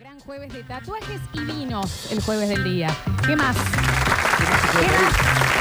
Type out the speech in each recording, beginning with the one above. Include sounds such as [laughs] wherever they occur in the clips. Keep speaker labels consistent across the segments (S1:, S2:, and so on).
S1: Gran jueves de tatuajes y vinos el jueves del día. ¿Qué más? ¿Qué más?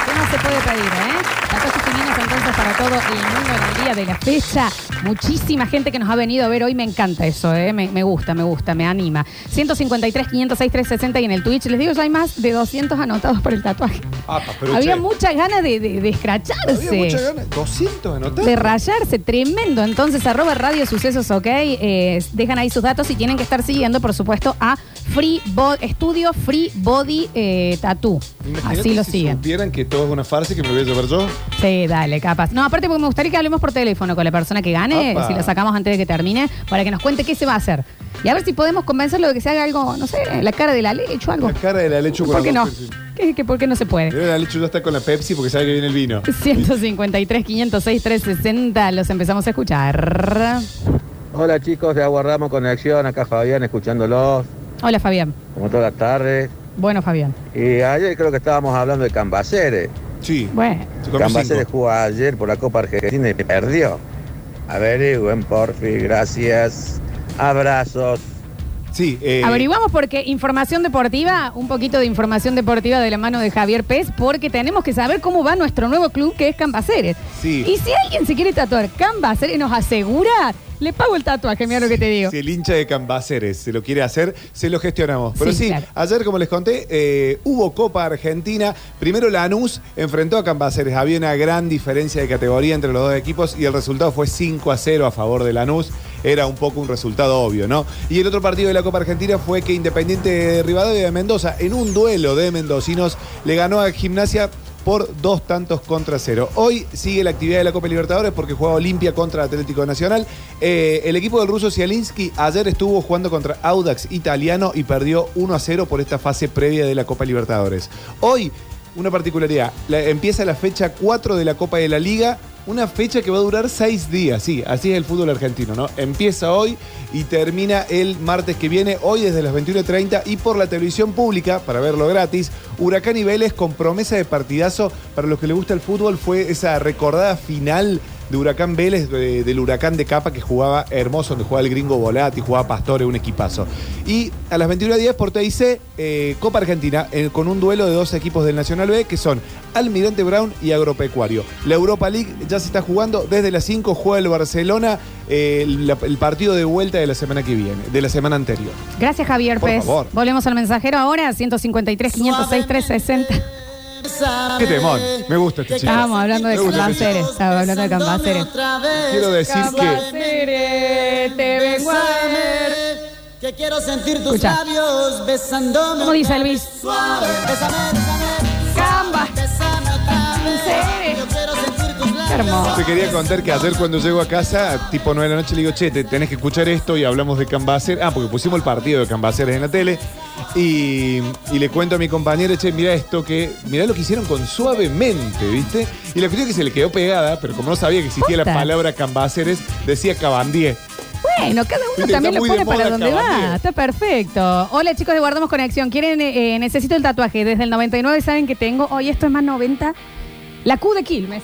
S1: ¿Qué más se puede pedir, eh? Tatuajes y vinos entonces para todo el mundo en el día de la fecha. Muchísima gente que nos ha venido a ver hoy, me encanta eso, ¿eh? me, me gusta, me gusta, me anima. 153, 506, 360 y en el Twitch, les digo, ya hay más de 200 anotados por el tatuaje.
S2: Apa, Ah, pero
S1: Había
S2: che,
S1: muchas ganas de, de- de escracharse.
S2: había muchas ganas. 200 anotados.
S1: De rayarse, tremendo. Entonces, arroba Radio Sucesos, ok. eh, dejan ahí sus datos y tienen que estar siguiendo, por supuesto, a Free Bo- Estudio Free Body eh, Tattoo.
S2: Imagínate
S1: Así lo
S2: si
S1: siguen.
S2: supieran que todo es una farsa y que me lo voy a llevar yo.
S1: Sí, dale, capaz. No, aparte, porque me gustaría que hablemos por teléfono con la persona que gane,
S2: Apa.
S1: si la sacamos antes de que termine, para que nos cuente qué se va a hacer. Y a ver si podemos convencerlo de que se haga algo, no sé, la cara de la leche o algo.
S2: La cara de la leche con
S1: ¿Por
S2: la
S1: qué no?
S2: dos Pepsi.
S1: ¿Qué- qué- ¿Por qué no se puede?
S2: Mira, La leche ya está con la Pepsi porque sabe que viene el vino.
S1: 153, 506, 360, los empezamos a escuchar.
S3: Hola chicos de Aguardamos Conexión, acá Fabián escuchándolos,
S1: Hola, Fabián.
S3: como todas las tardes.
S1: Bueno, Fabián.
S3: Y ayer creo que estábamos hablando de Cambaceres.
S2: Sí.
S1: Bueno,
S2: se comió
S3: Cambaceres
S2: cinco.
S3: jugó ayer por la Copa Argentina y perdió. Averigüen, porfi, gracias. Abrazos.
S2: Sí. eh,
S1: averiguamos porque información deportiva, un poquito de información deportiva de la mano de Javier Pez, porque tenemos que saber cómo va nuestro nuevo club que es Cambaceres.
S2: Sí.
S1: Y si alguien se quiere tatuar Cambaceres, nos asegura, le pago el tatuaje, mira lo que te digo.
S2: Si el hincha de Cambaceres se lo quiere hacer, se lo gestionamos. Pero
S1: Sí,
S2: sí,
S1: claro.
S2: ayer, como les conté, eh, hubo Copa Argentina. Primero Lanús enfrentó a Cambaceres. Había una gran diferencia de categoría entre los dos equipos y el resultado fue 5 a 0 a favor de Lanús. Era un poco un resultado obvio, ¿no? Y el otro partido de la Copa Argentina fue que Independiente de Rivadavia de Mendoza, en un duelo de mendocinos, le ganó a Gimnasia por dos tantos contra cero. Hoy sigue la actividad de la Copa Libertadores porque juega Olimpia contra Atlético Nacional. Eh, el equipo del ruso Zielinski ayer estuvo jugando contra Audax italiano y perdió 1 a 0 por esta fase previa de la Copa Libertadores. Hoy, una particularidad, la- empieza la fecha 4 de la Copa de la Liga. Una fecha que va a durar seis días, sí, así es el fútbol argentino, ¿no? Empieza hoy y termina el martes que viene, hoy desde las 21.30 y por la televisión pública, para verlo gratis, Huracán y Vélez con promesa de partidazo, para los que les gusta el fútbol fue esa recordada final de Huracán Vélez, de- del Huracán de Capa que jugaba hermoso, donde jugaba el gringo Volati, jugaba Pastore, un equipazo. Y a las 21.10 por TIC, eh, Copa Argentina, eh, con un duelo de dos equipos del Nacional B, que son Almirante Brown y Agropecuario. La Europa League ya se está jugando, desde las 5 juega el Barcelona, eh, la- el partido de vuelta de la semana que viene, de la semana anterior.
S1: Gracias, Javier
S2: Por
S1: Pez.
S2: favor.
S1: Volvemos al mensajero ahora, 153, 506, 360.
S2: ¡Qué temón! Me gusta este chico.
S1: Estábamos hablando de
S2: Me gusta este
S1: Cambaceres, estábamos hablando de Cambaceres.
S2: Quiero decir que...
S1: Cambaceres, te vengo a ver.
S4: Que quiero sentir tus
S1: Escucha.
S4: labios besándome.
S1: ¿Cómo dice Elvis?
S4: Suave, bésame, bésame,
S1: Camba.
S4: bésame otra vez.
S1: Sí.
S4: Yo quiero sentir tus labios.
S1: Qué hermoso.
S2: Te quería contar que ayer cuando llego a casa, tipo 9 de la noche, le digo, che, te tenés que escuchar esto y hablamos de Cambacer. Ah, porque pusimos el partido de Cambaceres en la tele. Y, y le cuento a mi compañero, che, mira esto que. Mirá lo que hicieron con suavemente, ¿viste? Y la cuestión es que se le quedó pegada, pero como no sabía que existía la
S1: Posta.
S2: palabra Cambaceres, decía Cabandier.
S1: Bueno, cada uno
S2: Viste,
S1: también
S2: está
S1: lo
S2: muy de
S1: pone para
S2: moda
S1: donde va.
S2: Cabandier.
S1: Está perfecto. Hola chicos de Guardamos Conexión. ¿Quieren, eh, eh, necesito el tatuaje. Desde el 99 saben que tengo. Hoy esto es más 90. La Q de Quilmes.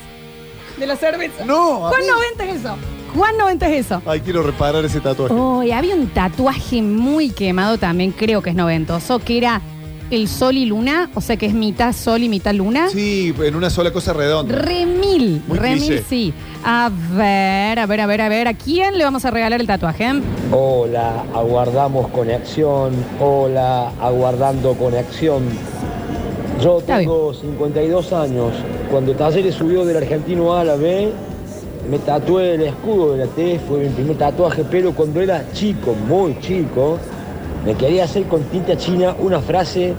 S1: De la cerveza.
S2: No, a
S1: Juan
S2: mí-
S1: 90 es eso. Juan 90 es eso.
S2: Ay, quiero reparar ese tatuaje.
S1: Hoy había un tatuaje muy quemado también, creo que es noventoso, que era el sol y luna, o sea que es mitad sol y mitad luna.
S2: Sí, en una sola cosa redonda.
S1: Remil,
S2: Muy
S1: remil
S2: cliché.
S1: sí. A ver, a ver, a ver, a ver, ¿a quién le vamos a regalar el tatuaje?
S5: Hola, aguardamos conexión. Hola, aguardando conexión. Yo
S1: Está bien.
S5: tengo 52 años. Cuando Talleres subió del argentino A a la B, me tatué el escudo de la T, fue mi primer tatuaje, pero cuando era chico, muy chico, me quería hacer con tinta china una frase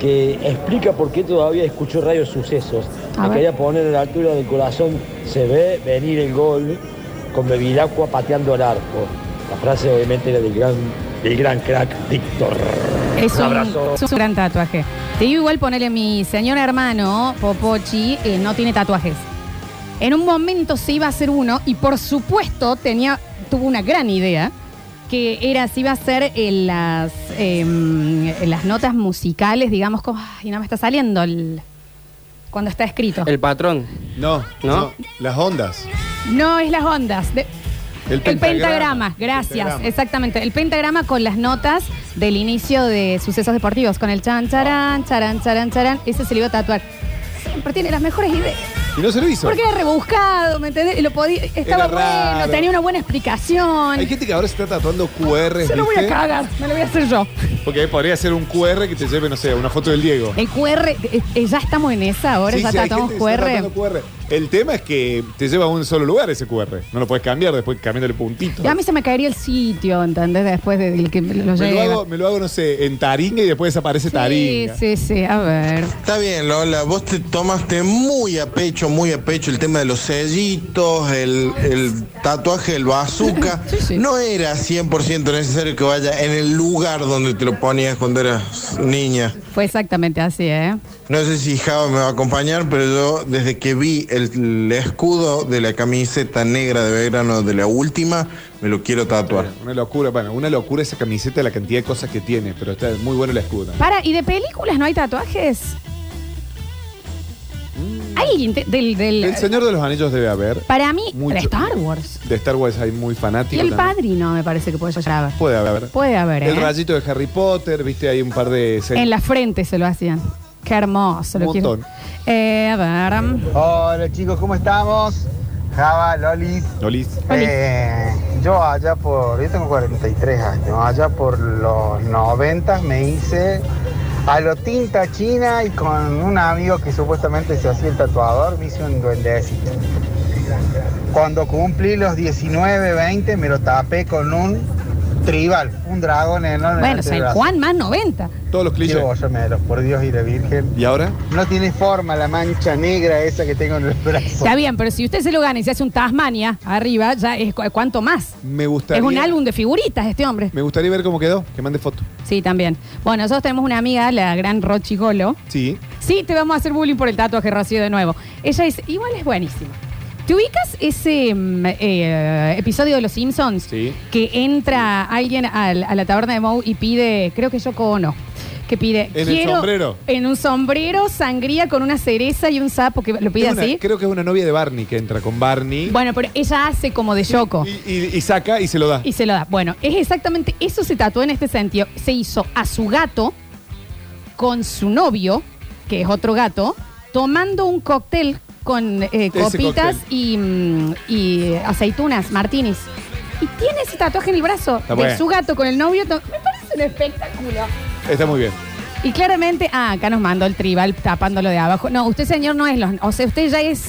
S5: que explica por qué todavía escucho Radio Sucesos.
S1: A
S5: me
S1: ver.
S5: quería poner a la altura del corazón, se ve venir el gol con Bevilacqua pateando al arco. La frase obviamente era del gran, del gran crack Víctor.
S1: Es un,
S5: abrazo.
S1: es un gran tatuaje. Te digo igual ponele mi señor hermano, Popochi, eh, no tiene tatuajes. En un momento se iba a hacer uno y por supuesto tenía, tuvo una gran idea, que era si iba a hacer en las, eh, en las notas musicales, digamos, como, ay, no me está saliendo el- cuando está escrito.
S6: El patrón.
S2: No, no,
S6: ¿No?
S2: Las ondas.
S1: No es las ondas. de-
S2: El
S1: El
S2: pentagrama.
S1: pentagrama, gracias,
S2: Pentagrama.
S1: exactamente. El pentagrama con las notas del inicio de sucesos deportivos, con el chan, charán, charán, charán, charán. Ese se lo iba a tatuar. Siempre tiene las mejores ideas.
S2: Y no se lo hizo.
S1: Porque era rebuscado, ¿me entendés? Y Lo podía, estaba
S2: Era raro.
S1: bueno, tenía una buena explicación.
S2: Hay gente que ahora se está tatuando QR,
S1: Se lo voy a
S2: ¿viste?
S1: cagar, me lo voy a hacer yo.
S2: Porque podría ser un QR que te lleve, no sé, una foto del Diego.
S1: El QR, eh, eh, ya estamos en esa, ahora
S2: Sí,
S1: ya
S2: sí, hay
S1: tatuamos
S2: gente que está
S1: QR.
S2: tatuando QR. El tema es que te lleva a un solo lugar ese QR. No lo puedes cambiar después cambiando el puntito.
S1: Y a mí se me caería el sitio, ¿entendés? Después del que lo
S2: me, lo
S1: lleva.
S2: hago, me lo hago, no sé, en Taringa y después desaparece
S1: Sí,
S2: Taringa.
S1: sí, sí, a ver.
S7: Está bien, Lola, vos te tomaste muy a pecho, muy a pecho el tema de los sellitos, el, el tatuaje del bazooka.
S1: [laughs] Sí, sí.
S7: No era 100% necesario que vaya en el lugar donde te lo ponías cuando eras niña.
S1: Fue exactamente así, ¿eh?
S7: No sé si Java me va a acompañar, pero yo desde que vi el, el escudo de la camiseta negra de Belgrano de la última, me lo quiero tatuar.
S2: Una locura, bueno, una locura esa camiseta, la cantidad de cosas que tiene, pero está muy bueno el escudo.
S1: Para, ¿y de películas no hay tatuajes?
S2: Mm.
S1: Alguien te- del, del-
S2: El Señor de los Anillos debe haber.
S1: Para mí,
S2: Mucho.
S1: de Star Wars.
S2: De Star Wars hay muy
S1: Y
S2: fanático.
S1: el
S2: también.
S1: padrino me parece que puede llegar a haber.
S2: Puede haber.
S1: Puede haber,
S2: El
S1: ¿eh?
S2: rayito de Harry Potter, viste, hay un par de...
S1: En la frente se lo hacían. Qué hermoso, lo
S2: Un
S1: quiero.
S2: montón.
S1: Eh, a ver.
S6: Hola chicos, ¿cómo estamos? Java, Lolis.
S2: Lolis.
S1: Oli.
S6: Eh, yo allá por, yo tengo 43 años, allá por los 90 me hice a lo tinta china y con un amigo que supuestamente se hacía el tatuador, me hice un duendecito. Cuando cumplí los 19, 20 me lo tapé con un tribal, un dragón enorme. en
S1: Bueno,
S6: el
S1: San
S6: antebrazo.
S1: Juan más 90.
S2: Todos los
S6: Qué
S2: clichés.
S6: bolloneros, por Dios y la Virgen.
S2: ¿Y ahora?
S6: No tiene forma la mancha negra esa que tengo en el brazo.
S1: Está bien, pero si usted se lo gana y se hace un Tasmania arriba, ya es cu- cuánto más.
S2: Me gustaría...
S1: Es un álbum de figuritas este hombre.
S2: Me gustaría ver cómo quedó, que mande foto.
S1: Sí, también. Bueno, nosotros tenemos una amiga, la gran Rochi Golo.
S2: Sí.
S1: Sí, te vamos a hacer bullying por el tatuaje Rocío de nuevo. Ella es, igual es buenísima. ¿Te ubicas ese mm, eh, episodio de Los Simpsons?
S2: Sí.
S1: Que entra alguien al- a la taberna de Moe y pide, creo que Yoko Ono, que pide...
S2: En el sombrero.
S1: En un sombrero, sangría con una cereza y un sapo, que lo pide
S2: Es una-
S1: así.
S2: Creo que es una novia de Barney que entra con Barney
S1: Bueno, pero ella hace como de Yoko.
S2: y, y- y saca y se lo da.
S1: Y se lo da. Bueno, es exactamente eso se tatuó en este sentido. Se hizo a su gato con su novio, que es otro gato, tomando un cóctel con eh, copitas
S2: cóctel.
S1: y, mm, y aceitunas, martinis. Y tiene ese tatuaje en el brazo
S2: Está
S1: de
S2: bueno.
S1: su gato con el novio. to- Me parece un espectáculo.
S2: Está muy bien.
S1: Y claramente, ah, acá nos mandó el tribal tapándolo de abajo. No, usted señor no es los... O sea, usted ya es...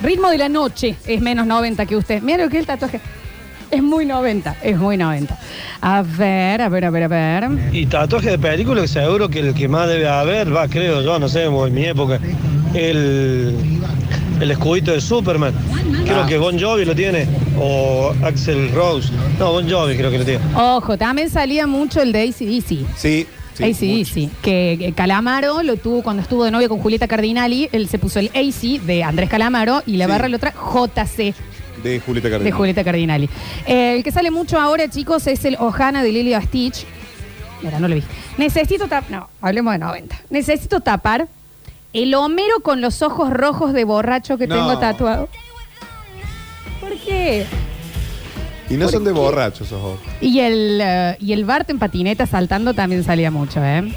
S1: Ritmo de la noche es menos 90 que usted. Mira lo que es el tatuaje. Es muy 90, es muy 90. A ver, a ver, a ver, a ver.
S5: Y tatuaje de película, que seguro que el que más debe haber, va, creo yo, no sé, en mi época, el, el escudito de Superman. Creo que Bon Jovi lo tiene, o Axel Rose. No, Bon Jovi creo que lo tiene.
S1: Ojo, también salía mucho el de ACDC.
S2: Sí. sí, mucho.
S1: ACDC, que que Calamaro lo tuvo cuando estuvo de novio con Julieta Cardinali. Él se puso el AC de Andrés Calamaro y la
S2: Sí.
S1: barra la otra JC.
S2: De Julieta
S1: De
S2: Cardinal.
S1: Julieta Cardinali. Eh, el que sale mucho ahora, chicos, es el Ohana de Lily Stitch. Mira, no lo vi. Necesito tapar. No, hablemos de 90. Necesito tapar el Homero con los ojos rojos de borracho que
S2: No.
S1: tengo tatuado. ¿Por qué?
S2: Y no son de borrachos esos ojos.
S1: Y el, eh, y el Bart en patineta saltando también salía mucho, ¿eh?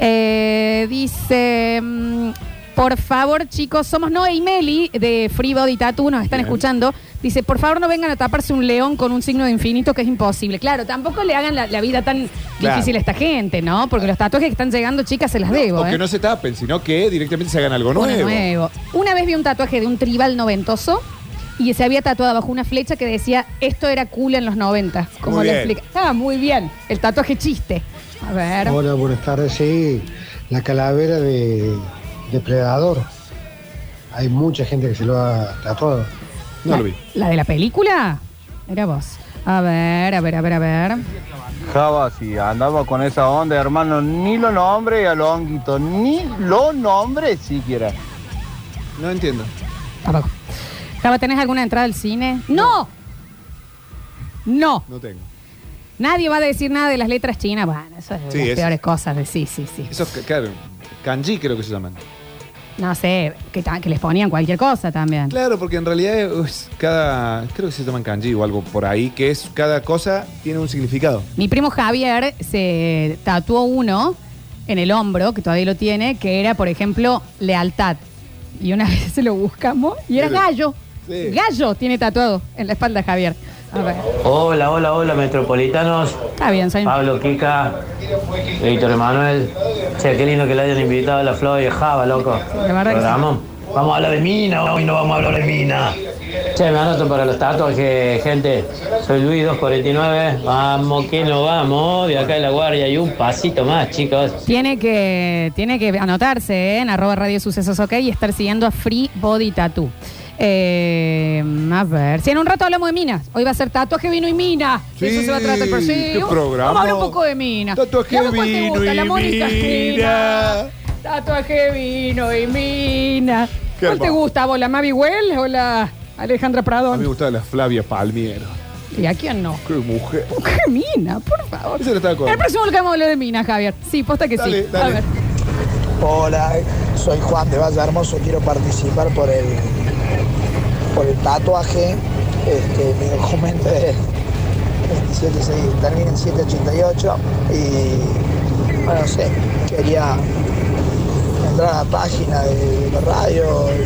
S1: Eh, dice. mm, Por favor, chicos, somos Noé y Meli de Free Body Tattoo, nos están
S2: Bien.
S1: escuchando. Dice, por favor, no vengan a taparse un león con un signo de infinito que es imposible. Claro, tampoco le hagan la, la vida tan
S2: Claro.
S1: difícil a esta gente, ¿no? Porque los tatuajes que están llegando, chicas, se las debo.
S2: o que
S1: ¿eh?
S2: no se tapen, sino que directamente se hagan algo
S1: Uno
S2: nuevo.
S1: nuevo. Una vez vi un tatuaje de un tribal noventoso y se había tatuado bajo una flecha que decía esto era cool en los 90. Como
S2: Muy
S1: le
S2: bien.
S1: explica. Estaba muy bien. El tatuaje chiste. A ver.
S8: Hola, buenas tardes. Sí, la calavera de depredador. Hay mucha gente que se lo ha tatuado.
S2: No lo vi.
S1: ¿La de la película? Era vos. A ver, a ver, a ver, a ver.
S6: Java, si andamos con esa onda, hermano, ni lo nombre a lo honguito, ni lo nombre siquiera.
S2: No entiendo.
S1: Tampoco. Java, ¿tenés alguna entrada al cine? ¡No! No.
S2: No tengo.
S1: Nadie va a decir nada de las letras chinas. Bueno, eso es
S2: Sí,
S1: las
S2: es-
S1: peores cosas. de- Sí, sí, sí.
S2: Esos, claro, kanji creo que se llaman.
S1: No sé, que, ta- que les ponían cualquier cosa también.
S2: Claro, porque en realidad es cada. Creo que se toman kanji o algo por ahí, que es cada cosa tiene un significado.
S1: Mi primo Javier se tatuó uno en el hombro, que todavía lo tiene, que era, por ejemplo, lealtad. Y una [laughs] vez lo buscamos y era
S2: Era-
S1: gallo.
S2: Sí.
S1: Gallo tiene tatuado en la espalda Javier. A ver.
S5: Hola, hola, hola, metropolitanos.
S1: Está bien, soy...
S5: Pablo, Kika, Víctor Emanuel. Che, qué lindo que le hayan invitado a la Flor de Java, loco.
S1: La verdad que sí.
S5: Programa. Vamos a hablar de mina, hoy no vamos a hablar de mina. Che, me anoto para los tatuajes, gente. Soy Luis 249. Vamos, que nos vamos. De acá de la guardia y un pasito más, chicos.
S1: Tiene que, tiene que anotarse ¿eh? en arroba radio sucesos ok y estar siguiendo a Free Body Tattoo. Eh, a ver, si en un rato hablamos de minas, hoy va a ser tatuaje, vino y mina. De Eso se va a tratar por sí.
S2: qué programa.
S1: Vamos a hablar un poco de minas.
S2: Tatuaje,
S1: Veamos cuál te
S2: vino
S1: gusta,
S2: y
S1: la Mónica
S2: mina.
S1: Espina. Tatuaje, vino y mina.
S2: Qué
S1: ¿Cuál te
S2: hermoso.
S1: gusta? ¿Vos la Mavi Well o la Alejandra
S2: A mí me
S1: Pradón?
S2: gustaba la Flavia Palmiero.
S1: ¿Y a quién no? [laughs]
S2: Qué mujer.
S1: ¿Qué mina? Por favor.
S2: Eso lo estaba con-
S1: El próximo bloque vamos a hablar de minas, Javier. Sí, posta que
S2: Dale,
S1: sí. A
S2: dale.
S1: ver.
S9: Hola, soy Juan de Valle Hermoso, quiero participar por el por el tatuaje. Este, mi documento es 27, se- termina en 788 y bueno, no sé, quería entrar a la página de la radio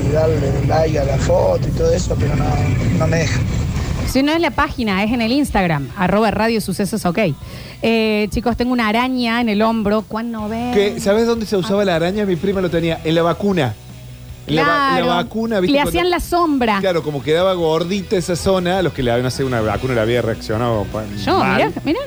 S9: y darle like a la foto y todo eso, pero no, no me deja.
S1: Si no es la página, es en el Instagram, arroba radio sucesos, ok. Eh, chicos, tengo una araña en el hombro. ¿Cuán no ven?
S2: Que, ¿Sabes dónde se usaba la araña? Mi prima lo tenía. En la vacuna. En la va-
S1: Claro.
S2: la, vacuna, ¿viste?
S1: Le
S2: Cuando-
S1: hacían la sombra.
S2: Claro, como quedaba gordita esa zona, los que le habían no sé, una vacuna le había reaccionado. pa-
S1: Yo,
S2: mal.
S1: mirá, mirá.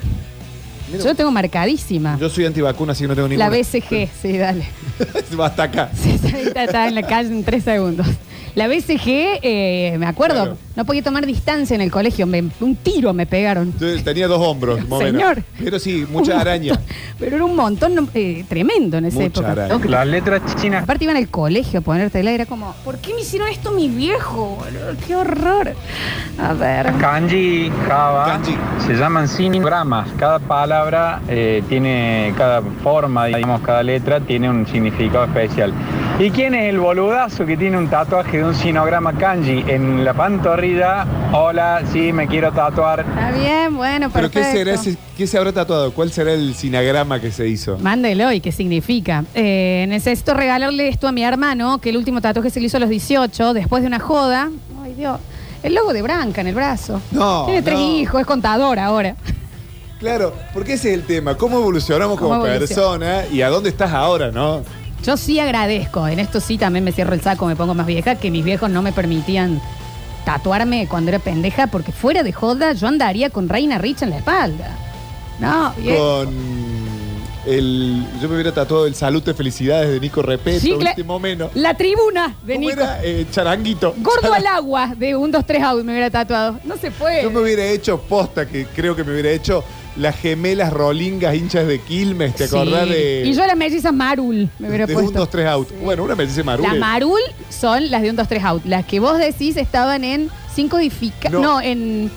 S2: Mira,
S1: Yo tengo marcadísima.
S2: yo soy antivacuna, así que no tengo ninguna.
S1: la
S2: [laughs]
S1: BCG, sí, dale. [laughs]
S2: Basta acá.
S1: Sí, sí, ahí está, está en la calle en tres segundos. La BCG, eh, me acuerdo,
S2: Claro.
S1: no podía tomar distancia en el colegio. me- un tiro me pegaron.
S2: Yo tenía dos hombros, más o menos.
S1: Señor.
S2: Pero sí, mucha
S1: Un [laughs]
S2: araña.
S1: montón. Pero era un montón no, eh, tremendo en esa
S2: Mucha
S1: época.
S2: araña.
S5: Las letras chinas.
S1: Aparte iban al colegio a ponerte era como, ¿por qué me hicieron esto mi viejo? boludo? ¡Qué horror! A ver.
S5: Kanji,
S1: Ah,
S5: Java,
S2: Kanji.
S5: se llaman sinogramas. Cada palabra eh, tiene, cada forma, digamos, cada letra tiene un significado especial. ¿Y quién es el boludazo que tiene un tatuaje de un sinograma kanji en la pantorrilla? Hola, sí, me quiero tatuar.
S1: Está bien, bueno,
S2: ¿Pero
S1: perfecto.
S2: qué será ese, qué se habrá tatuado? ¿Cuál será el sinagrama que se hizo?
S1: Mándelo y qué significa. Eh, necesito regalarle esto a mi hermano, que el último tatuaje se le hizo a los 18, después de una joda. Ay, Dios. El logo de Branca en el brazo.
S2: No,
S1: Tiene tres
S2: no.
S1: hijos, es contador ahora.
S2: Claro, porque ese es el tema. ¿Cómo evolucionamos
S1: ¿Cómo
S2: como
S1: evolucion-
S2: persona y a dónde estás ahora, no?
S1: Yo sí agradezco, en esto sí también me cierro el saco, me pongo más vieja, que mis viejos no me permitían tatuarme cuando era pendeja, porque fuera de joda yo andaría con Reina Rich en la espalda. No, viejo.
S2: Con el. Yo me hubiera tatuado el Salud de Felicidades de Nico Repeto,
S1: Sí, cla-
S2: último menos.
S1: La tribuna de
S2: ¿Cómo
S1: Nico.
S2: era? Eh, charanguito.
S1: Gordo al agua de un, dos, tres out me hubiera tatuado. No se puede.
S2: Yo me hubiera hecho posta, que creo que me hubiera hecho las gemelas rolingas hinchas de Quilmes, ¿te acordás
S1: Sí.
S2: de.?
S1: Y yo a las mellizas Marul me hubiera
S2: de
S1: puesto.
S2: un, dos, tres out. Bueno, una me dice Marule.
S1: Las Marul son las de un, dos, tres out. Las que vos decís estaban en cinco edifica... No.
S2: No.
S1: en...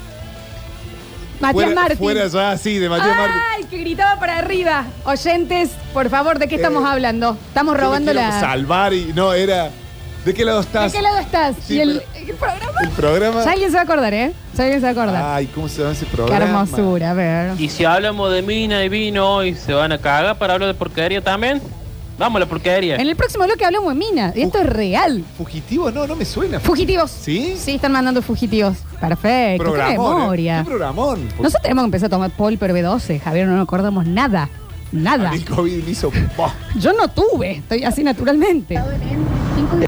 S1: Matías
S2: fuera,
S1: Martín. Ah,
S2: fuera ya así, de Matías Martín.
S1: ¡Ay, que gritaba para arriba! Oyentes, por favor, ¿de qué estamos
S2: Eh,
S1: hablando? Estamos
S2: Yo me
S1: robando
S2: quiero
S1: la...
S2: Salvar y. No, era. ¿De qué lado
S1: ¿De
S2: estás?
S1: qué lado estás?
S2: Sí,
S1: ¿Y el,
S2: pero-
S1: el programa?
S2: El programa.
S1: Ya alguien se va a acordar, ¿eh? Ya alguien se va a acordar.
S2: Ay, ¿cómo se llama ese
S1: qué
S2: programa?
S1: hermosura, a ver.
S5: Y si hablamos de mina y vino hoy, ¿se van a cagar para hablar de porquería también? Vamos a la porquería.
S1: En el próximo bloque hablamos de Mina. Esto es real.
S2: ¿Fugitivo? No, no me suena.
S1: Fugitivos.
S2: ¿Sí?
S1: Sí, están mandando fugitivos. Perfecto. Qué
S2: Programón, ¿eh?
S1: memoria.
S2: Qué programón.
S1: Nosotros tenemos que empezar a tomar Paul pero B12. Javier, no nos acordamos nada. Nada.
S2: El COVID me hizo. ¡Bah!
S1: Yo no tuve. Estoy así naturalmente.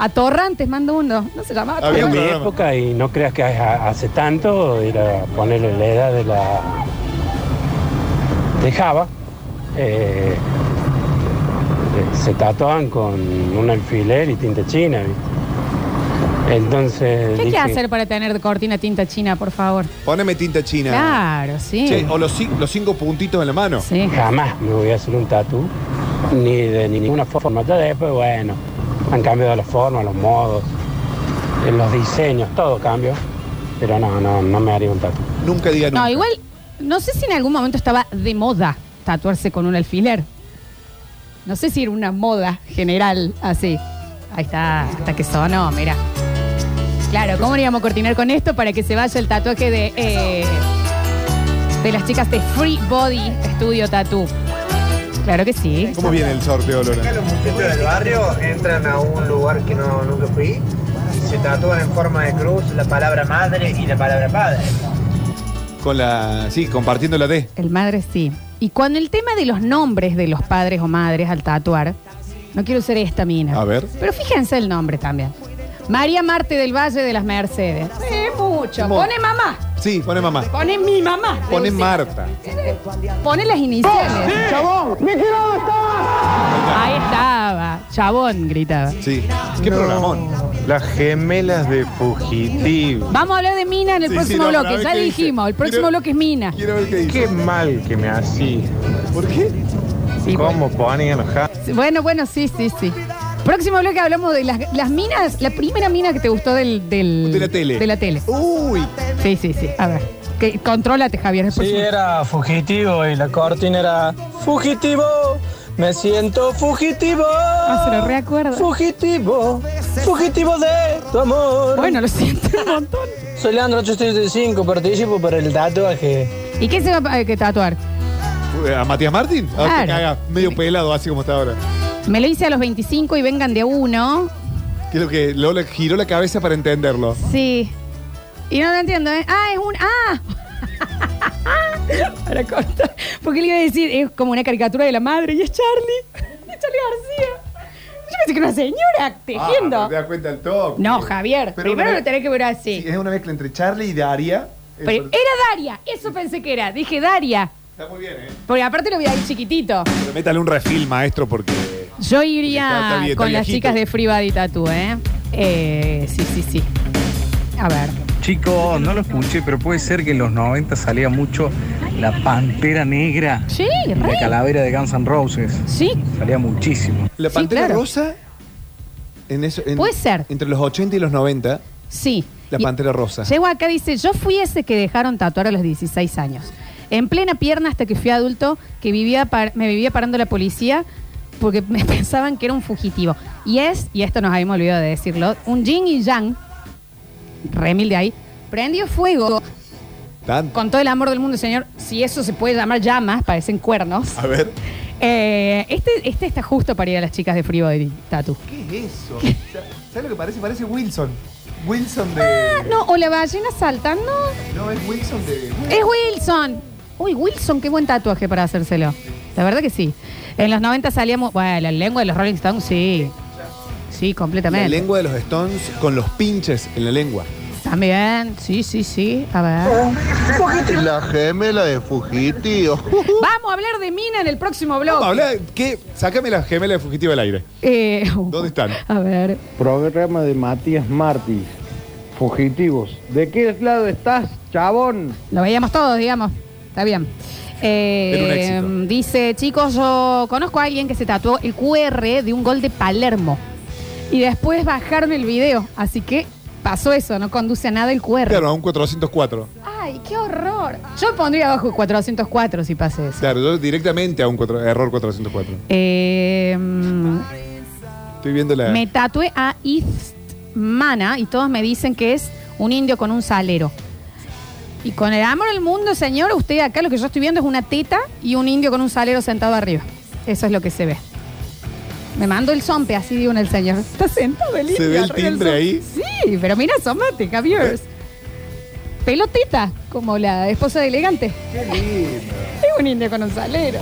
S1: A Torrantes mando uno. No se llamaba
S2: Había un
S1: Torrantes.
S2: mi programa. época,
S5: y no creas que hace tanto, era ponerle la edad de la de Java, eh, se tatuaban con un alfiler y tinta china. Entonces,
S1: ¿Qué hay que hacer para tener cortina tinta china, por favor?
S2: Poneme tinta china.
S1: Claro, sí.
S2: Che, o los, cin- los cinco puntitos en la mano.
S1: Sí.
S5: jamás me voy a hacer un tatu, ni de ninguna forma. Ya después, bueno, han cambiado las formas, los modos, eh, los diseños, todo cambio. Pero no, no, no me haría un tatu.
S2: Nunca diga nunca.
S1: No, igual, no sé si en algún momento estaba de moda tatuarse con un alfiler. No sé si era una moda general así. Ahí está, hasta que sonó, mira. Claro, ¿cómo íbamos a coordinar con esto para que se vaya el tatuaje de, eh, de las chicas de Free Body Studio Tattoo? Claro que sí.
S2: ¿Cómo viene el sorteo,
S10: Acá
S2: Lola?
S10: los muchachos del barrio entran a un lugar que no, nunca fui, se tatúan en forma de cruz la palabra madre y la palabra padre.
S2: Con la. Sí, compartiendo la D.
S1: El madre sí. Y cuando el tema de los nombres de los padres o madres al tatuar, no quiero ser esta mina.
S2: A ver.
S1: Pero fíjense el nombre también. María Marte del Valle de las Mercedes. Sí, mucho.
S2: Mo-
S1: Pone mamá.
S2: Sí, pone mamá.
S1: Pone mi mamá.
S2: Pone Marta.
S1: Pone las iniciales. ¡Chabón! Ahí estaba. Chabón, gritaba.
S2: Sí. Qué programón.
S11: Las gemelas de fugitivo.
S1: Vamos a hablar de Mina en
S11: Sí,
S1: el
S11: sí,
S1: próximo
S11: no, para
S1: bloque.
S11: ver
S1: Ya
S11: qué dice.
S1: dijimos, el próximo
S11: Quiero-
S1: bloque es Mina.
S2: Quiero ver qué dice.
S11: Qué mal que me hacía.
S2: ¿Por qué?
S11: ¿Cómo ponían los ja-
S1: Bueno, bueno, sí, sí, sí. Próximo bloque hablamos de las, las minas, la primera mina que te gustó del, del-
S2: De la tele. Uh.
S1: De la tele.
S2: Uy.
S1: Sí, sí, sí. A ver. Que, contrólate, Javier. después-
S5: Sí, era fugitivo y la cortina era fugitivo. Me siento fugitivo.
S1: Ah, se lo reacuerda.
S5: Fugitivo. Fugitivo de tu amor.
S1: Bueno, lo siento un montón.
S5: Soy Leandro 875, participo para el tatuaje.
S1: ¿Y qué se va a eh, que tatuar?
S2: eh, ¿A Matías Martín? A ver,
S1: Claro.
S2: que caga medio pelado, así como está ahora.
S1: Me lo hice a los 25 y vengan de a uno.
S2: Creo que Lola giró la cabeza para entenderlo.
S1: Sí. Y no lo entiendo, ¿eh? Ah, es un. ¡Ah! [laughs] Para cortar. Porque le iba a decir, es como una caricatura de la madre y es Charlie. [laughs] Es Charlie García. Yo pensé que era una señora tejiendo.
S2: Ah, pero te das cuenta el toque.
S1: No, Javier,
S2: Pero
S1: primero
S2: una-
S1: lo tenés que ver así.
S2: Sí, es una mezcla entre Charlie y Daria.
S1: Pero
S2: Eso-
S1: era Daria, eso pensé que era. Dije Daria,
S2: Está muy bien, ¿eh?
S1: porque aparte lo vi ahí chiquitito.
S2: Pero métale un refil, maestro, porque.
S1: Yo iría
S2: Está- está bien, está
S1: con las
S2: viejito.
S1: chicas de Free Body Tattoo, ¿eh? Eh, Sí, sí, sí. A ver.
S3: Chicos, no lo escuché, pero puede ser que en los 90 salía mucho la pantera negra
S1: Sí,
S3: y
S1: re.
S3: la calavera de Guns N' Roses.
S1: Sí.
S3: Salía muchísimo.
S2: La
S1: Sí,
S2: pantera
S1: claro.
S2: rosa. En eso, en-
S1: Puede ser.
S2: Entre los 80 y los 90,
S1: Sí.
S2: la
S1: Y-
S2: pantera rosa.
S1: Llego acá, dice, yo fui ese que dejaron tatuar a los 16 años. En plena pierna hasta que fui adulto, que vivía par- me vivía parando la policía porque [laughs] me pensaban que era un fugitivo. Y es, y esto nos habíamos olvidado de decirlo, un yin y yang, remil de ahí, prendió fuego
S2: Tanto.
S1: con todo el amor del mundo, señor. Si eso se puede llamar llamas, parecen cuernos.
S2: A ver.
S1: Eh, este, este está justo para ir a las chicas de Free Body Tattoo.
S2: ¿Qué es eso? ¿Sabes lo que parece? Parece Wilson. Wilson
S1: Ah, no, o la ballena saltando.
S2: No, es Wilson de.
S1: Es Wilson. Uy, Wilson, qué buen tatuaje para hacérselo. La verdad que sí. En los 90 salíamos. Bueno, la lengua de los Rolling Stones, sí. Sí,
S2: La
S1: completamente.
S2: lengua de los Stones con los pinches en la lengua.
S1: También, sí, sí, sí. A ver.
S12: La gemela de fugitivo.
S1: Vamos a hablar de Mina en el próximo blog.
S2: Habla, ¿qué? Sácame la gemela de fugitiva del aire.
S1: Eh,
S2: ¿Dónde están?
S1: [laughs] a ver.
S13: Programa de Matías Martí. Fugitivos. ¿De qué lado estás, chabón?
S1: Lo veíamos todos, digamos. Está bien. Eh,
S13: Era un
S1: dice, chicos, yo conozco a alguien que se tatuó el QR de un gol de Palermo. Y después bajaron el video. Así que pasó eso, no conduce a nada el QR.
S2: Claro, a un 404.
S1: Ay, qué horror. Yo pondría abajo 404 si pase eso.
S2: Claro, yo directamente a un cuatro- error 404.
S1: Eh, mm,
S2: Estoy viendo la.
S1: me tatué a Istmana y todos me dicen que es un indio con un salero. Y con el amor al mundo, señor, usted acá lo que yo estoy viendo es una teta y un indio con un salero sentado arriba. Eso es lo que se ve. Me mando el zompe, así digo el señor. Está sentado el
S2: ¿Se
S1: indio.
S2: ve el
S1: arriba del
S2: timbre
S1: zompe.
S2: ahí?
S1: Sí, pero mira, asómate, Javier. Pelotita, como la esposa de elegante.
S2: Qué lindo.
S1: Es un indio con un salero.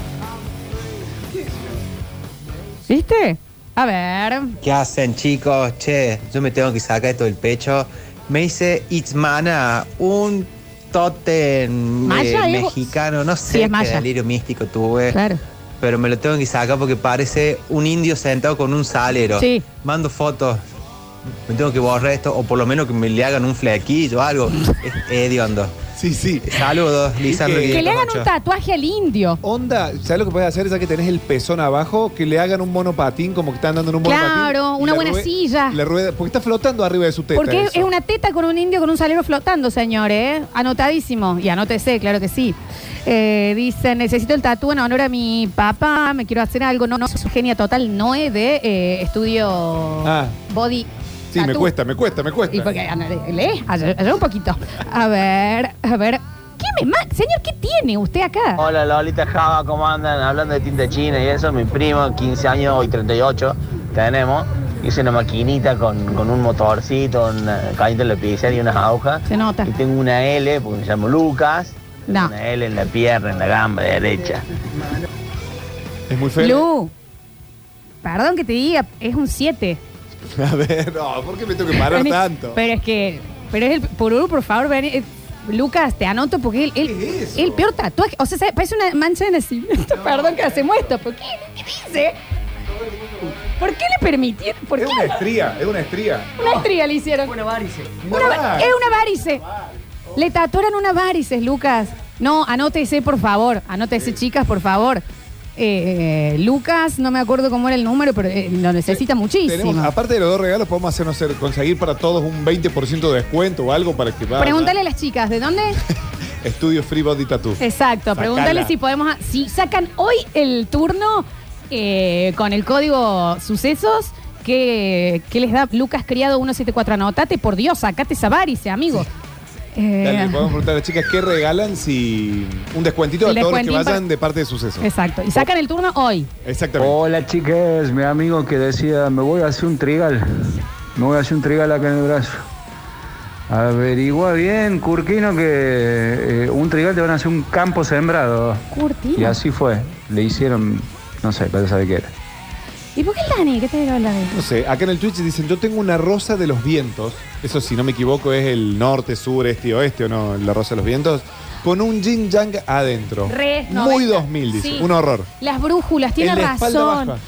S1: ¿Viste? A ver.
S6: ¿Qué hacen chicos? Che, yo me tengo que sacar esto del pecho. Me hice It's Mana, un totem de
S1: Maya, ¿eh?
S6: mexicano, no
S1: Sí, es
S6: sé qué
S1: maya.
S6: delirio místico tuve.
S1: Claro.
S6: Pero me lo tengo que sacar porque parece un indio sentado con un salero.
S1: Sí.
S6: Mando fotos. Me tengo que borrar esto, o por lo menos que me le hagan un flequillo o algo. Es hediondo.
S2: Sí, sí.
S14: Saludos, Lisandro.
S2: Y
S1: Que le hagan un tatuaje al indio.
S2: Onda, ¿sabes lo que puedes hacer? Es que tenés el pezón abajo, que le hagan un monopatín, como que están dando en un monopatín.
S1: Claro,
S2: y
S1: una
S2: la
S1: buena
S2: rue-
S1: silla.
S2: la rueda, porque está flotando arriba de su teta.
S1: Porque es
S2: eso.
S1: una teta con un indio con un salero flotando, señores. Anotadísimo. Y anótese, claro que sí. Eh, dice, necesito el tatú en honor a mi papá, me quiero hacer algo. No, no, soy genia total, no es de eh, estudio
S2: Ah,
S1: body.
S2: sí, me
S1: tattoo.
S2: cuesta, me cuesta, me cuesta.
S1: Y porque ah, no, lee, ayuda ayuda un poquito. A ver, a ver. ¿Qué me ma- Señor, ¿qué tiene usted acá?
S15: Hola Lolita Java, ¿cómo andan? Hablando de tinta china y eso, mi primo, 15 años, hoy 38, tenemos. Hice una maquinita con, con un motorcito, una cañita en la lapicera y unas agujas.
S1: Se nota.
S15: Y tengo una L, porque me llamo Lucas.
S1: No.
S15: Una L en la pierna, en la gamba derecha.
S2: Es muy
S1: Lu, perdón que te diga, es un 7.
S2: [laughs] A ver, no, ¿por qué me
S1: [laughs]
S2: tengo que parar
S1: Vení,
S2: tanto?
S1: Pero es que, pero es el, por Uru, por favor, vení. Eh, Lucas, te anoto porque él, él- el peor tatuaje, o sea, ¿sabe? parece una mancha de nacimiento.
S2: [laughs]
S1: Perdón que hacemos esto, ¿por qué? ¿Qué dice? ¿Por qué le permitieron? ¿Por
S2: Es
S1: qué?
S2: una estría, es una estría.
S1: Una estría le hicieron. Una varice.
S2: No.
S1: es una varice. Le tatuaron una varices, Lucas. No, anótese, por favor. Anótese, chicas, por favor. Eh, Lucas, no me acuerdo cómo era el número, pero eh, lo necesita muchísimo.
S2: Tenemos, aparte de los dos regalos, podemos hacernos hacer- conseguir para todos un 20% de descuento o algo para que vayan a
S1: Pregúntale a las chicas, ¿de dónde?
S2: Estudio Free Body Tattoo.
S1: Exacto,
S2: Sacala.
S1: pregúntale si podemos. a- Si sacan hoy el turno eh, con el código sucesos, que, que les da Lucas Criado 174? Anotate, por Dios, sacate esa varice, amigo. Eh,
S2: Dale, podemos preguntar a las chicas qué regalan si un descuentito a
S1: El
S2: todos los que
S1: descuentín
S2: vayan
S1: para-
S2: de parte de suceso.
S1: exacto. Y sacan el turno hoy.
S2: Exactamente.
S16: Oh.
S17: Hola chicas, mi amigo que decía, me voy a hacer un trigal. Me voy a hacer un trigal acá en el brazo. Averigua bien, Curquino, que eh, un trigal te van a hacer un campo sembrado.
S1: Curtino.
S17: Y así fue. Le hicieron, no sé, para saber qué era.
S1: ¿Y por qué el Dani? ¿Qué te digo Dani?
S2: No sé, acá en el Twitch dicen, yo tengo una rosa de los vientos. Eso, si no me equivoco, es el norte, sur, este y oeste, ¿o no? La rosa de los vientos. Con un yin yang adentro.
S1: Re
S2: Muy
S1: 90.
S2: 2000, dice.
S1: Sí.
S2: Un horror.
S1: Las brújulas, tiene
S2: En la espalda
S1: razón.
S2: baja.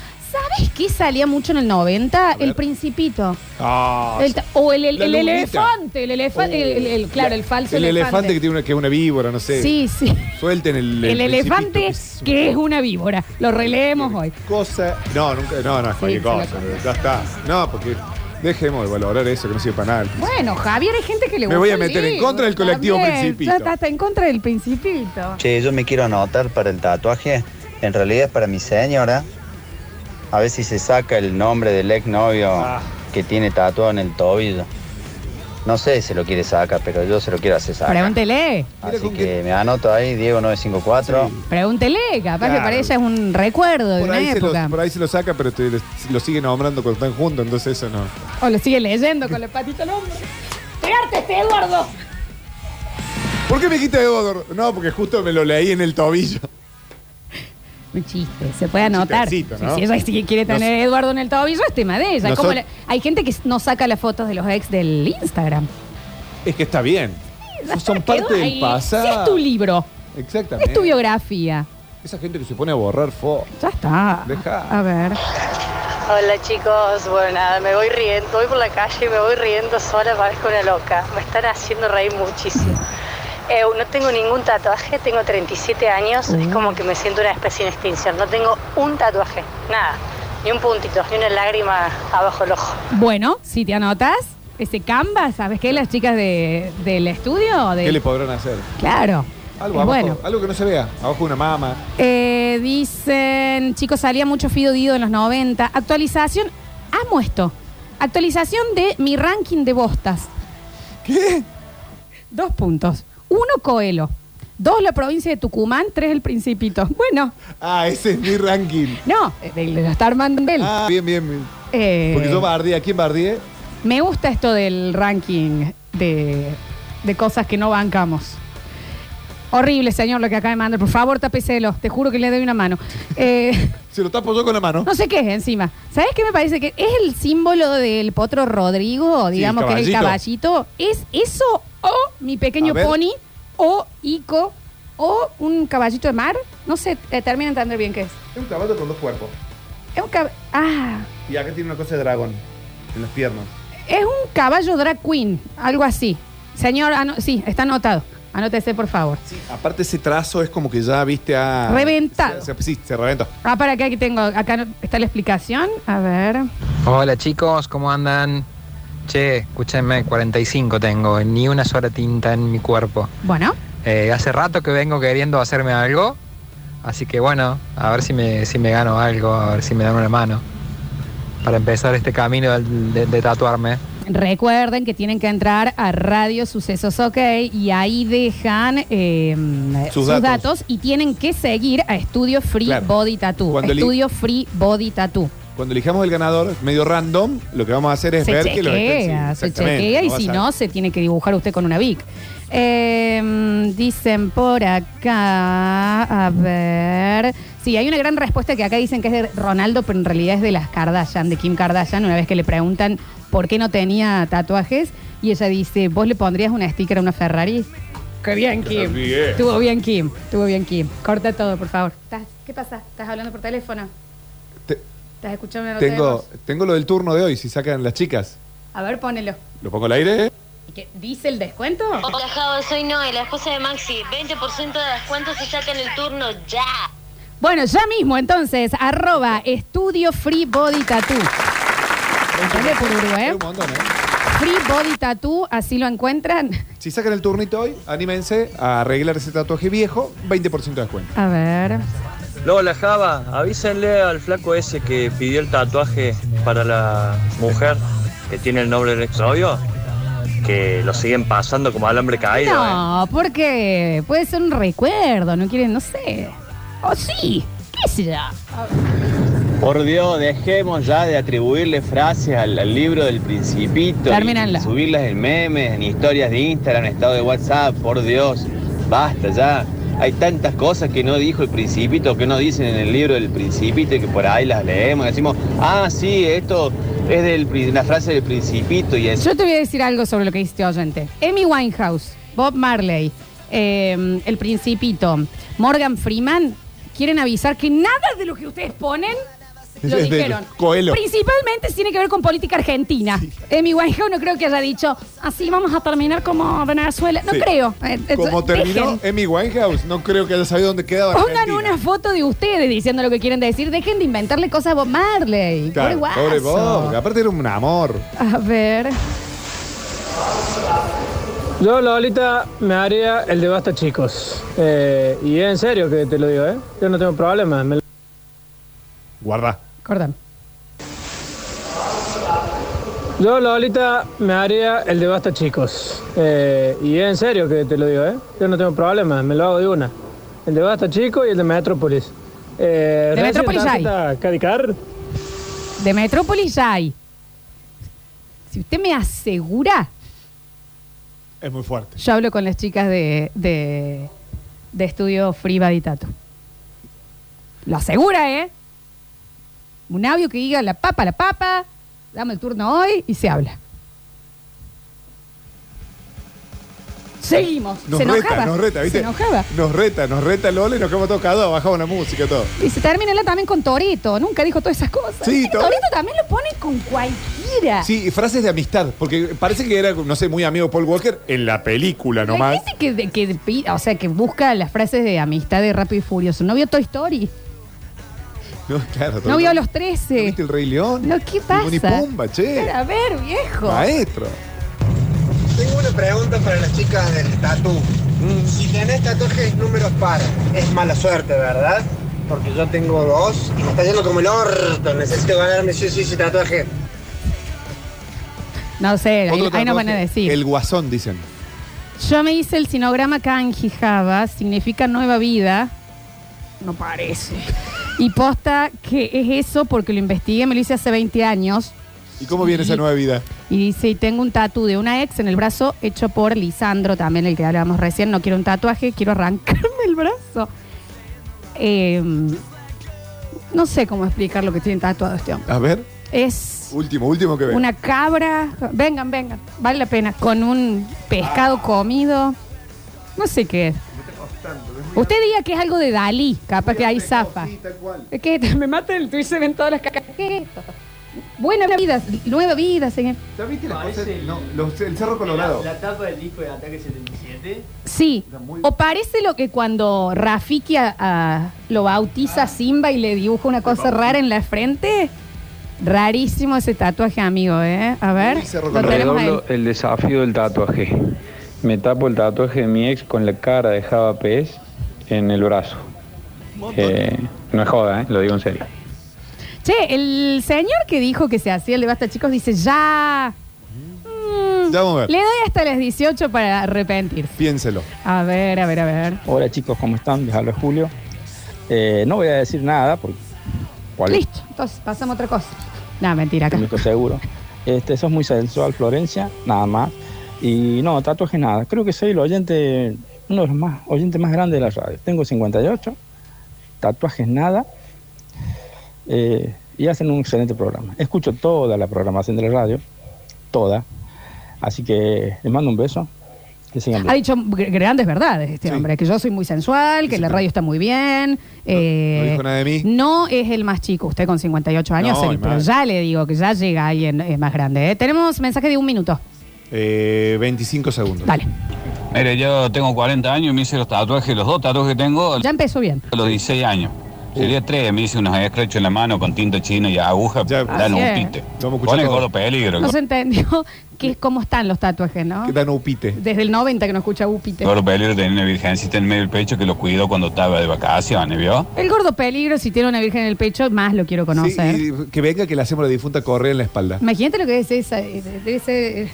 S1: ¿Sabes qué salía mucho en el 90? El Principito.
S2: Ah,
S1: El ta- o el, el-
S2: La
S1: el
S2: lunita. Oh,
S1: elefante, el elefante, el, el- claro, el falso
S2: el
S1: elefante.
S2: elefante que tiene una, que es una víbora, no sé.
S1: Sí, sí.
S2: Suelten el.
S1: El elefante que es una víbora. Lo releemos hoy.
S2: Cosa. No, nunca, no, no es cualquier
S1: se lo
S2: cosa. Ya está. No, porque dejemos de valorar eso, que no sirve para nada.
S1: Bueno, Javier, hay gente que le
S2: Me
S1: gusta
S2: voy a
S1: el
S2: meter en
S1: libro
S2: contra del colectivo
S1: también.
S2: Principito.
S1: Ya está, está en contra del Principito.
S15: Che, yo me quiero anotar para el tatuaje. En realidad es para mi señora. A ver si se saca el nombre del exnovio
S6: Ah.
S15: que tiene tatuado en el tobillo. No sé si lo quiere sacar, pero yo se lo quiero hacer sacar.
S1: Pregúntele,
S15: Así que me anoto ahí, Diego 954.
S1: pregúntele, capaz que
S2: Claro.
S1: para ella es un recuerdo de
S2: Por
S1: una
S2: ahí, se lo,
S1: época.
S2: por ahí se lo saca, pero te- lo sigue nombrando cuando están juntos, entonces eso no.
S1: O lo sigue leyendo con la patita al hombro. ¡Pegarte este Eduardo!
S2: ¿Por qué me dijiste Eduardo? No, porque justo me lo leí en el tobillo.
S1: Un chiste, se puede anotar.
S2: chistecito, ¿no?
S1: Sí, Si ella sí quiere tener a Eduardo en el tobillo, es tema de ella.
S2: Nosot-
S1: Como la- hay gente que no saca las fotos de los ex del Instagram.
S2: [laughs] Es que está bien. Son
S1: Quedó
S2: parte
S1: ahí.
S2: del pasado.
S1: Sí, es tu libro,
S2: Exactamente.
S1: es tu biografía.
S2: Esa gente que se pone a borrar fotos.
S1: Ya está.
S2: Deja.
S1: A ver.
S16: Hola chicos, bueno nada, me voy riendo, voy por la calle y me voy riendo sola, parezco una loca, me están haciendo reír muchísimo. Eh, no tengo ningún tatuaje, tengo 37 años, es como que me siento una especie en extinción, no tengo un tatuaje, nada, ni un puntito, ni una lágrima abajo el ojo.
S1: Bueno, si te anotas, ese canvas, ¿sabes qué? Las chicas de- del estudio. De,
S2: ¿Qué le podrán hacer?
S1: Claro.
S2: Algo
S1: Es
S2: abajo,
S1: bueno.
S2: algo que no se vea. Abajo una mama.
S1: Eh, dicen, chicos, salía mucho Fido Dido en los 90. Actualización, amo esto. Actualización de mi ranking de bostas.
S2: ¿Qué?
S1: Dos puntos. Uno, Coelho. Dos, la provincia de Tucumán. Tres, el Principito. Bueno,
S2: Ah, ese es mi ranking.
S1: no, eh, del Gastar Mandel.
S2: Ah, bien, bien, bien.
S1: Eh,
S2: Porque yo bardeé. ¿A quién bardeé?
S1: Me gusta esto del ranking de, de cosas que no bancamos. Horrible, señor, lo que acaba de mandar. Por favor, tapéselo. Te juro que le doy una mano. Eh,
S2: Se lo tapo yo con la mano.
S1: no sé qué es encima. ¿Sabes qué me parece? que Es el símbolo del potro Rodrigo,
S2: Sí,
S1: digamos que es el
S2: caballito.
S1: caballito. ¿Es eso o mi pequeño
S2: A ver.
S1: pony o Ico o un caballito de mar? No sé, eh, termina de entender bien qué es.
S2: Es un caballo con dos cuerpos.
S1: Es un, cab- ah,
S2: Y acá tiene una cosa de dragón. En las piernas.
S1: es un caballo drag queen, algo así. Señor, ano- sí, está anotado. Anótese, por favor.
S2: Aparte ese trazo es como que ya viste a...
S1: Reventado.
S2: Se- se- sí, se reventó.
S1: Ah, para acá que tengo, acá no- está la explicación. A ver.
S18: Hola chicos, ¿cómo andan? Che, escúchenme, 45 tengo, ni una sola tinta en mi cuerpo.
S1: Bueno,
S18: Eh, hace rato que vengo queriendo hacerme algo, así que bueno, a ver si me, si me gano algo, a ver si me dan una mano para empezar este camino del- de, de tatuarme.
S1: recuerden que tienen que entrar a Radio Sucesos OK y ahí dejan eh, sus,
S18: Sus
S1: datos.
S18: datos.
S1: y tienen que seguir a Estudio Free
S2: Claro.
S1: Body Tattoo.
S2: Cuando el-
S1: Estudio Free Body Tattoo.
S2: Cuando elijamos el ganador, medio random, lo que vamos a hacer es
S1: se
S2: ver que lo este,
S1: chequea, se
S2: exactamente,
S1: chequea y
S2: vas
S1: si
S2: a-
S1: no, se tiene que dibujar usted con una Vic. Eh, dicen por acá, a ver. Sí, hay una gran respuesta que acá dicen que es de Ronaldo, pero en realidad es de las Kardashian, de Kim Kardashian, una vez que le preguntan por qué no tenía tatuajes. Y ella dice, ¿vos le pondrías una sticker a una Ferrari? Qué bien, Kim. Estuvo bien, Kim. Estuvo bien, Kim. Corta todo, por favor. ¿Estás- ¿Qué pasa? ¿Estás hablando por teléfono?
S2: Te-
S1: ¿Estás escuchando una nota de voz?
S2: Tengo, tengo lo del turno de hoy, si sacan las chicas.
S1: A ver, ponelo.
S2: ¿Lo pongo al aire?
S1: ¿Qué- ¿Dice el descuento?
S16: Hola, Java, soy Noé, la esposa de Maxi. 20% de descuento se saca en el turno ya.
S1: Bueno, ya mismo, entonces, arroba estudio free body tattoo. ¿Entendés, Pururu, eh? Free body tattoo, así lo encuentran. [laughs]
S2: Si sacan el turnito hoy, anímense a arreglar ese tatuaje viejo, 20% de descuento.
S1: A ver.
S19: Lola Java, avísenle al flaco ese que pidió el tatuaje para la mujer que tiene el nombre del exnovio, que lo siguen pasando como alambre caído. eh.
S1: No, porque puede ser un recuerdo, no quieren, no sé. O sí, qué sé yo.
S6: Por Dios, dejemos ya de atribuirle frases al, al libro del principito.
S1: Termínala.
S6: y Subirlas en memes, en historias de Instagram, en estado de WhatsApp. Por Dios, basta ya. Hay tantas cosas que no dijo el principito, que no dicen en el libro del principito y que por ahí las leemos. Decimos, ah, sí, esto es del, pri- la frase del principito y es...
S1: Yo te voy a decir algo sobre lo que hiciste oyente. Amy Winehouse, Bob Marley, eh, El Principito, Morgan Freeman, quieren avisar que nada de lo que ustedes ponen lo
S2: Es de
S1: dijeron.
S2: Coelho.
S1: Principalmente tiene que ver con política argentina. Amy Winehouse no creo que haya dicho, así vamos a terminar como Venezuela. No
S2: Sí.
S1: creo. Eh, eh,
S2: Como terminó
S1: dejen.
S2: Emi Winehouse, no creo que haya sabido dónde quedaba.
S1: Pongan una foto de ustedes diciendo lo que quieren decir. Dejen de inventarle cosas a Bob Marley. Pobre
S2: Claro,
S1: guaso.
S2: pobre Bob, que aparte era un amor.
S1: A ver.
S5: Yo, Lolita, me haría el de basta, chicos. Eh, y en serio que te lo digo, ¿eh? Yo no tengo problema. Me lo-
S2: Guarda.
S1: Cordán.
S5: Yo, Lolita, me haría el de basta, chicos. Eh, y en serio que te lo digo, ¿eh? Yo no tengo problema, me lo hago de una. El de basta, chicos, y el de Metrópolis. Eh,
S1: De
S5: recién
S1: Metrópolis hay.
S5: tarjeta Cadicar.
S1: De Metrópolis hay. Si usted me asegura,
S2: Es muy fuerte.
S1: yo hablo con las chicas de, de, de estudio Free Body Tattoo. Lo asegura, ¿eh? Un audio que diga la papa, la papa, dame el turno hoy y se habla. Seguimos.
S2: Nos
S1: se
S2: reta,
S1: enojaba.
S2: nos reta, ¿viste?
S1: Se enojaba.
S2: Nos reta, nos reta Lola y nos quedamos todos cagados, bajamos la música, todo.
S1: Y se termina también con Toreto. Nunca dijo todas esas cosas.
S2: Sí,
S1: Toreto también lo ponen con cualquiera.
S2: Sí, y frases de amistad, porque parece que era, no sé, muy amigo Paul Walker en la película
S1: La
S2: nomás.
S1: gente que, de- que pi- o sea, que busca las frases de amistad de Rápido y Furioso. No vio Toy Story.
S2: [laughs] No, claro,
S1: No
S2: todo-
S1: vio los 13.
S2: ¿Viste el Rey León?
S1: No, ¿qué pasa?
S2: Timón y Pumba, che.
S1: Pero, a ver, viejo.
S2: Maestro.
S20: Tengo una pregunta para las chicas del tatu. Si tenés tatuajes números par, es mala suerte, ¿verdad? Porque yo tengo dos y me está yendo como el orto. Necesito ganarme sí o sí ese tatuaje.
S1: No sé, ahí,
S2: Otro
S1: ahí nos
S2: tatuaje,
S1: van a decir.
S2: El guasón, dicen.
S1: Yo me hice el sinograma kanji Java, significa nueva vida. No
S2: [laughs]
S1: parece. Y posta que es eso porque lo investigué, me lo hice hace 20 años.
S2: ¿Y cómo viene esa nueva vida?
S1: Y dice, y tengo un tatu de una ex en el brazo hecho por Lisandro, también el que hablábamos recién. No quiero un tatuaje, quiero arrancarme el brazo. Eh, no sé cómo explicar lo que tiene tatuado este hombre.
S2: A ver,
S1: Es
S2: último, último que ve.
S1: una cabra. Vengan, vengan, vale la pena. Con un pescado comido. No sé qué es. Usted diga que es algo de Dalí, capaz que hay zafa. Es que [laughs] me mata el Twitter, se ven todas las cacas. ¿Qué es esto? Buena vida, nueva vida, señor.
S2: ¿Ya viste las cosas? No, los- el Cerro Colorado.
S21: tapa del disco de Ataque 77.
S1: Sí, o parece lo que cuando Rafiki a- a- lo bautiza Simba y le dibuja una cosa rara en la frente. Rarísimo ese tatuaje, amigo, ¿eh? A ver, lo tenemos ahí.
S3: Redoblo el desafío del tatuaje. Me tapo el tatuaje de mi ex con la cara de Java PS en el brazo. Eh, no es joda, ¿eh? lo digo en serio.
S1: Che, el señor que dijo que se hacía el de Basta Chicos dice ya. Mm,
S2: Ya vamos a ver.
S1: Le doy hasta las 18 para arrepentirse.
S2: Piénselo.
S1: A ver, a ver, a ver.
S4: Hola chicos, ¿cómo están? Les hablo Julio. Eh, no voy a decir nada porque. ¿Cuál es?
S1: Listo, entonces pasamos a otra cosa. No, mentira, acá.
S4: Único seguro. Este, sos muy sensual, Florencia, nada más. Y no, tatuaje nada. Creo que soy el oyente, uno de los más, oyentes más grandes de la radio. Tengo 58, tatuajes nada. Eh, y hacen un excelente programa. Escucho toda la programación de la radio, toda. Así que les mando un beso. Que sigan
S7: Ah,
S4: bien.
S1: Ha dicho gr- grandes verdades este hombre, que yo soy muy sensual, que la radio está muy bien. eh,
S2: no dijo nada de mí.
S1: no es el más chico, usted con 58 años,
S2: No,
S1: el-
S2: y
S1: pero
S2: más.
S1: ya le digo que ya llega alguien eh, más grande. ¿eh? Tenemos mensaje de un minuto.
S2: Eh, 25 segundos.
S1: Dale,
S6: Mire, yo tengo 40 años y me hice los tatuajes, los dos tatuajes que tengo,
S1: ya
S6: a
S1: empezó bien.
S6: los 16 años. Sería tres, me hice unos escrachos en la mano con tinta china y aguja, dan
S1: Así es.
S6: un pite.
S2: escuchar
S6: Pone el
S2: todo.
S6: gordo peligro.
S1: No se entendió que, cómo están los tatuajes, ¿no?
S2: Dan upite.
S1: Desde el 90 que no escucha Upite.
S6: El gordo peligro tenía una virgencita en medio del pecho que lo cuidó cuando estaba de vacaciones, ¿vio?
S1: El gordo peligro, si tiene una virgen en el pecho, más lo quiero
S2: Sí,
S1: conocer.
S2: y que venga que le hacemos la difunta correr en la espalda.
S1: Imagínate lo que es esa. eh, Debe ser. eh,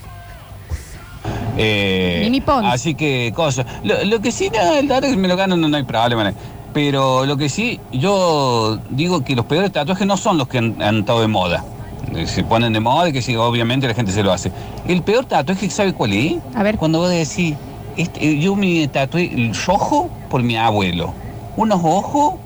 S6: Eh,
S1: Mini Pons.
S6: Así que cosas. Lo, lo que sí, nada, el tatuaje me lo gano, no, no hay problema. Pero lo que sí, yo digo que los peores tatuajes no son los que han, han estado de moda. Eh, Se ponen de moda y que sí, obviamente la gente se lo hace. El peor tatuaje, ¿sabe cuál es?
S1: A ver.
S6: Cuando vos decís, este, yo me tatué el rojo por mi abuelo. Unos ojos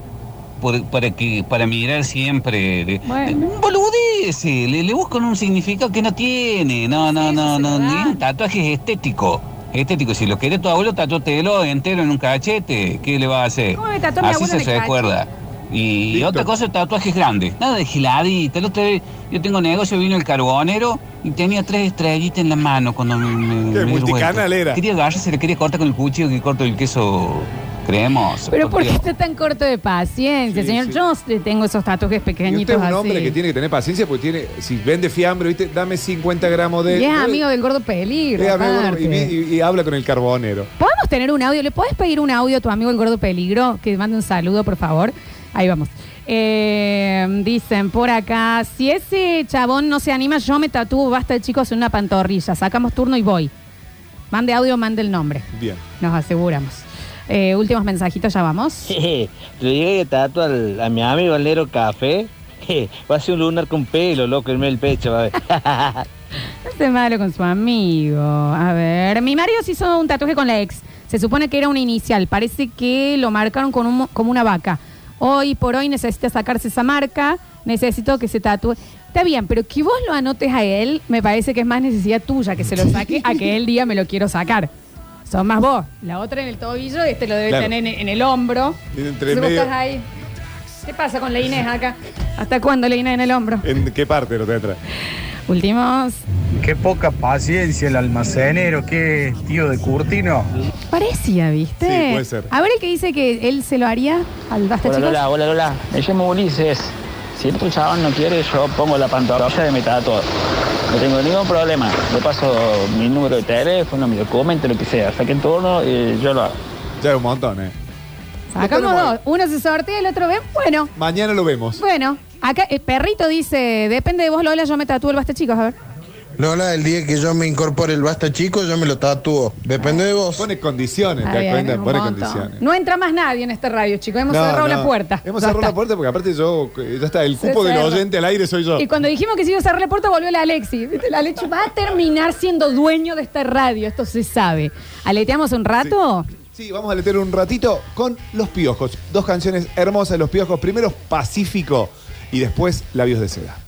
S6: por- para, que, para mirar siempre. de-
S1: Bueno.
S6: Un boludez, eh, le, le buscan un significado que no tiene. No, no, no, no, ni un tatuaje es estético. Estético, si lo querés tu abuelo, tatúatelo entero en un cachete. ¿Qué le va a hacer?
S1: ¿Cómo me tatuó mi
S6: Así
S1: abuelo
S6: se,
S1: en el
S6: recuerda. Y, otra cosa, tatuajes grandes. Nada de giladita. El otro día, yo tengo negocio, vino el carbonero y tenía tres estrellitas en la mano cuando me. me-
S2: Qué
S6: me di
S2: multicanal
S6: vuelta.
S2: era.
S6: Quería agarrar, se le quería cortar con el cuchillo que corto el queso cremoso.
S1: Pero ¿por qué
S6: Porque-
S1: está tan corto de paciencia,
S2: Sí,
S1: señor?
S2: sí.
S1: Yo eh, tengo esos tatuajes
S2: Y usted
S1: pequeñitos
S2: es un
S1: así.
S2: hombre que tiene que tener paciencia porque tiene, si vende fiambre, ¿viste? dame 50 gramos de.
S1: Y es
S2: Uy,
S1: amigo del gordo peligro.
S2: eh, amigo,
S1: aparte.
S2: y, y- y habla con el carbonero.
S1: ¿Podemos tener un audio? ¿Le puedes pedir un audio a tu amigo el gordo peligro? Que mande un saludo, por favor. Ahí vamos. Eh, dicen por acá, si ese chabón no se anima, yo me tatúo, basta chicos, en una pantorrilla. Sacamos turno y voy. Mande audio, mande el nombre.
S2: Bien.
S1: Nos aseguramos. Eh, últimos mensajitos, ya vamos.
S7: Jeje, eh, Le llegué a tatuar al- a mi amigo al Nero Café. [laughs] Je, va a ser un lunar con pelo, loco, en el pecho. va a ver.
S1: No esté malo con su amigo. A ver, mi Mario se hizo un tatuaje con la ex. Se supone que era una inicial. Parece que lo marcaron con un, como una vaca. Hoy por hoy necesita sacarse esa marca. Necesito que se tatúe. Está bien, pero que vos lo anotes a él, me parece que es más necesidad tuya que se lo saque a que el día me lo quiero sacar. Son más vos. La otra en el tobillo, este lo debe
S2: Claro.
S1: tener en, en el hombro.
S2: Entre
S1: Si vos
S2: medio-
S1: estás ahí. ¿Qué pasa con la Inés acá? ¿Hasta cuándo la Inés en el hombro?
S2: ¿En qué parte lo tendrá?
S1: Últimos.
S22: Qué poca paciencia el almacenero, qué tío de Curtino.
S1: Parecía, ¿viste?
S22: Sí, puede ser.
S1: A ver el que dice que él se lo haría al basta,
S4: Hola
S1: chicos.
S4: Lola, hola Lola, me llamo Ulises. Si el otro chabón no quiere, yo pongo la pantorrilla de mi tatuador. No tengo ningún problema. Le paso mi número de teléfono, mi documento, lo que sea. Saquen turno y yo lo hago.
S2: Ya es un montón, ¿eh?
S1: Sacamos dos. Uno se sortea, el otro ve. Bueno,
S2: Mañana lo vemos.
S1: bueno. Acá el perrito dice, depende de vos, Lola, yo me tatúo el basta, chicos. A ver.
S7: Lola, el día que yo me incorpore el basta chico, yo me lo tatúo. Depende de vos.
S2: Pone condiciones,
S1: Está
S2: ¿te das
S1: bien, es
S2: cuenta?
S1: un
S2: Pone
S1: montón.
S2: condiciones.
S1: No entra más nadie en esta radio, chicos. Hemos
S2: No,
S1: cerrado
S2: no.
S1: la puerta.
S2: Hemos
S1: Ya
S2: cerrado la
S1: está.
S2: puerta porque aparte yo, eh, ya está, el
S1: Se
S2: cupo del
S1: cerró.
S2: oyente al aire soy yo.
S1: Y cuando dijimos que se iba a cerrar la puerta, volvió la Alexi. ¿Viste? La Alexi va a terminar siendo dueño de esta radio, esto se sabe. ¿Aleteamos un rato?
S2: Sí, vamos a leer un ratito con Los Piojos. Dos canciones hermosas de Los Piojos. Primero Pacífico y después Labios de Seda.